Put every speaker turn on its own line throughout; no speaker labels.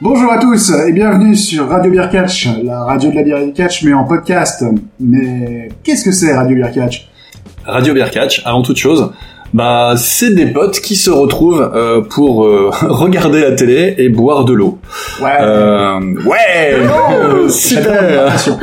Bonjour à tous et bienvenue sur Radio Beer Catch, la radio de la bière et du catch mais en podcast. Mais qu'est-ce que c'est Radio Beer Catch
Radio Beer Catch, avant toute chose, bah c'est des potes qui se retrouvent euh, pour euh, regarder la télé et boire de l'eau.
Ouais.
Euh, ouais,
Oh, j'adore
super.
l'hydratation.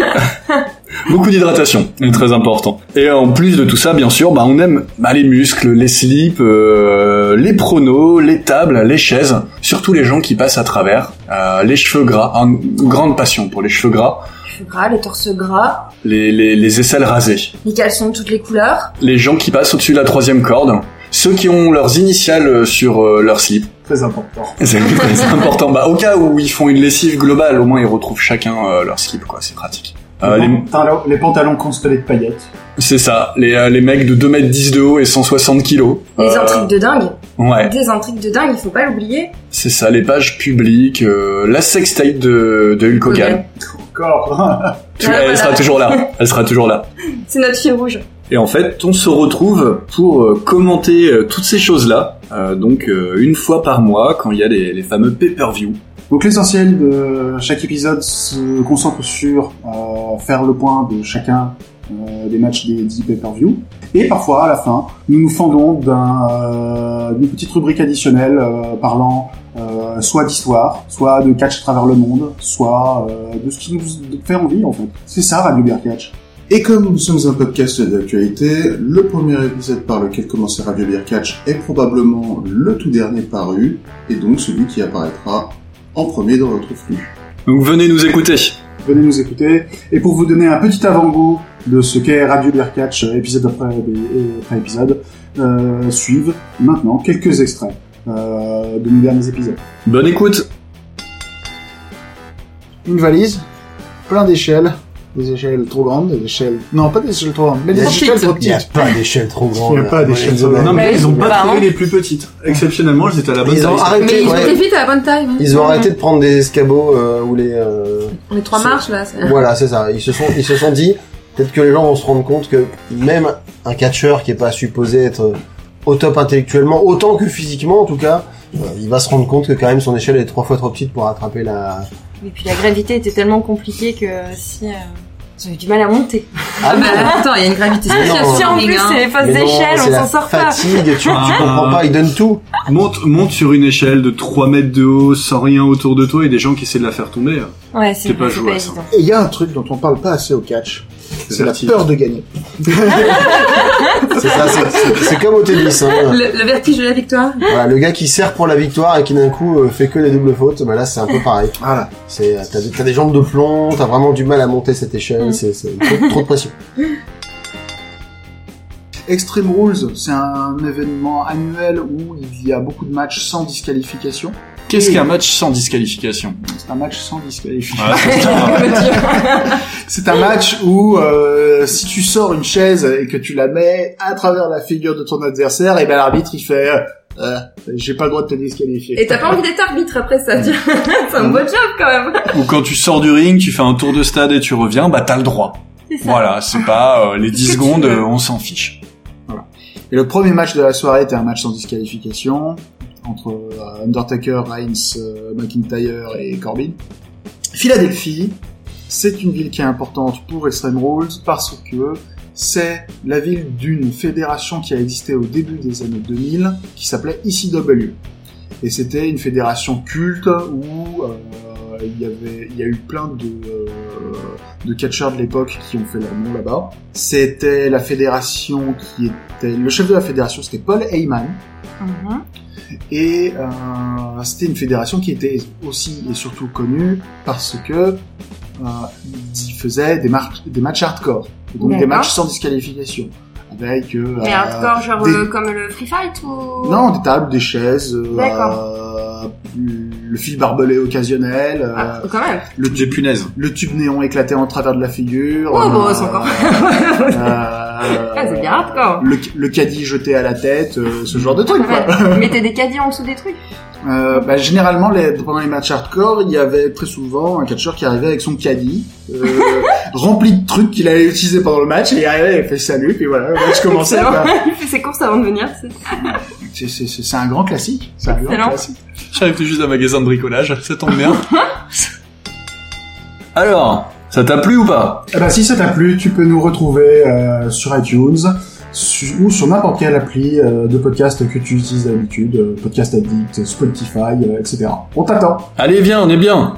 Beaucoup d'hydratation, c'est très important. Et en plus de tout ça, bien sûr, bah on aime bah, les muscles, les slips, euh, les pronos, les tables, les chaises, surtout les gens qui passent à travers, euh, les cheveux gras, hein, une grande passion pour les cheveux gras,
cheveux gras, les torses gras,
les, les, les aisselles rasées.
les caleçons de toutes les couleurs.
les gens qui passent au-dessus de la troisième corde, ceux qui ont leurs initiales euh, sur euh, leur slip.
Très important.
C'est très important. Bah, au cas où ils font une lessive globale, au moins ils retrouvent chacun euh, leur slip, quoi. C'est pratique. Euh,
les,
les-
pantalons, les pantalons constellés de paillettes.
C'est ça, les, euh, les mecs de 2m10 de haut et 160 kilos.
Des
Euh,
intrigues de dingue.
Ouais,
Des intrigues de dingue, il faut pas l'oublier.
c'est ça, les pages publiques, euh, la sextape de, de Hulk Hogan.
Hogan.
Encore.
Tu- elle
Ouais, Ah, voilà.
sera toujours là, elle sera toujours là.
C'est notre fil rouge.
Et en fait, on se retrouve pour euh, commenter euh, toutes ces choses-là, euh, donc euh, une fois par mois, quand il y a les, les fameux pay-per-view.
Donc l'essentiel de chaque épisode se concentre sur euh, faire le point de chacun euh, des matchs des 10 pay-per-view. Et parfois, à la fin, nous nous fendons d'un, euh, d'une petite rubrique additionnelle euh, parlant euh, soit d'histoire, soit de catch à travers le monde, soit euh, de ce qui nous fait envie en fait. C'est ça Radio Beer Catch.
Et comme nous sommes un podcast d'actualité, le premier épisode par lequel commençait Radio Beer Catch est probablement le tout dernier paru, et donc celui qui apparaîtra en premier dans votre flux.
Donc venez nous écouter.
Venez nous écouter. Et pour vous donner un petit avant-goût de ce qu'est Radio Beer Catch, euh, épisode après, euh, après épisode, euh, suivent maintenant quelques extraits euh, de nos derniers épisodes.
Bonne écoute
une valise, plein d'échelles, des échelles trop grandes, des échelles... Non, pas des échelles trop grandes, mais des
Trop
échelles
petites.
trop
Il n'y a
petites.
pas d'échelle trop grande.
Il y a pas d'échelle
Ouais,
trop grande.
Non, mais
ouais.
ils ont pas
Bah,
trouvé
hein.
les plus petites. Exceptionnellement, j'étais à la bonne
Ils ont
taille.
arrêté,
Mais ils
ouais.
étaient- vite à la bonne taille. hein.
Ils ont arrêté de prendre des escabeaux euh, ou les. euh,
On est trois
C'est-
marches là. c'est-
Voilà, c'est ça. Ils se sont, ils se sont dit. Peut-être que les gens vont se rendre compte que même un catcheur qui est pas supposé être au top intellectuellement, autant que physiquement en tout cas, euh, il va se rendre compte que quand même son échelle est trois fois trop petite pour attraper la.
Et puis la gravité était tellement compliquée que si. euh, Ils ont eu du mal à monter.
Ah
Ah bah attends, il y a une gravité
Mais non,
spéciale.
si
Si
sur
en
le ring,
plus
hein.
c'est les fausses
Mais non,
échelles,
c'est
on
la
s'en sort pas.
Fatigue, tu, tu
Ah.
comprends pas, il donne tout.
Monte, monte sur une échelle de 3 mètres de haut, sans rien autour de toi, et des gens qui essaient de la faire tomber.
Ouais, c'est
C'est pas
c'est
joué, ça.
évident.
Et il y a un truc dont on parle pas assez au catch, c'est la peur de gagner.
C'est ça, c'est- c'est- c'est comme au tennis. Hein.
Le, vertige de la victoire
Voilà, le gars qui sert pour la victoire et qui d'un coup euh, fait que des doubles fautes, bah là c'est un peu pareil.
Voilà.
C'est euh, t'as des, t'as des jambes de plomb, t'as vraiment du mal à monter cette échelle, c'est c'est trop, trop de pression.
Extreme Rules, c'est un événement annuel où il y a beaucoup de matchs sans disqualification.
Qu'est-ce qu'un match sans disqualification
C'est un match sans disqualification.
Ah, putain.
C'est un match où euh, si tu sors une chaise et que tu la mets à travers la figure de ton adversaire, et ben l'arbitre il fait euh, j'ai pas le droit de te disqualifier.
Et t'as pas envie d'être arbitre après ça, tu vois. C'est un beau job quand même.
Ou quand tu sors du ring, tu fais un tour de stade et tu reviens, bah t'as le droit. Voilà, c'est pas euh, les 10 secondes, euh, on s'en fiche.
Et le premier match de la soirée était un match sans disqualification entre euh, Undertaker, Reigns, euh, McIntyre et Corbin. Philadelphie, c'est une ville qui est importante pour Extreme Rules parce que c'est la ville d'une fédération qui a existé au début des années 2000 qui s'appelait ECW. Et c'était une fédération culte où euh, il y avait, il y a eu plein de, euh, de catcheurs de l'époque qui ont fait leur nom là-bas. C'était la fédération qui est c'était- le chef de la fédération, c'était Paul Heyman,
Mhm.
et euh, c'était une fédération qui était aussi et surtout connue parce que euh, ils faisaient des, mar- des matchs hardcore, donc des
D'accord.
matchs sans disqualification, avec euh,
Mais hardcore, genre
des-
euh, comme le free fight ou.
non des tables, des chaises, euh,
D'accord.
euh, le fil barbelé occasionnel, euh,
Ah, quand même.
le
J'ai punaise.
le tube néon éclaté en travers de la figure.
Oh, bon, c'est encore-
euh,
Ah, c'est bien hardcore.
Le, le caddie jeté à la tête, euh, ce genre de truc. Quoi.
Ouais. Mettez des caddies en dessous des trucs.
Euh, bah, généralement, les, pendant les matchs hardcore, il y avait très souvent un catcheur qui arrivait avec son caddie euh, rempli de trucs qu'il allait utiliser pendant le match, et il arrivait, il fait salut, puis voilà, le match commençait.
Excellent.
quoi.
Il fait ses courses avant de venir. c'est-
C'est- C'est c'est- c'est un grand classique. C'est un grand
Excellent.
classique.
J'avais pris juste un magasin de bricolage, ça tombe bien. Alors, ça t'a plu ou pas
Eh ben, si ça t'a plu, tu peux nous retrouver euh, sur iTunes su- ou sur n'importe quelle appli euh, de podcast que tu utilises d'habitude, euh, Podcast Addict, Spotify, euh, etc. On t'attend
Allez, viens, on est bien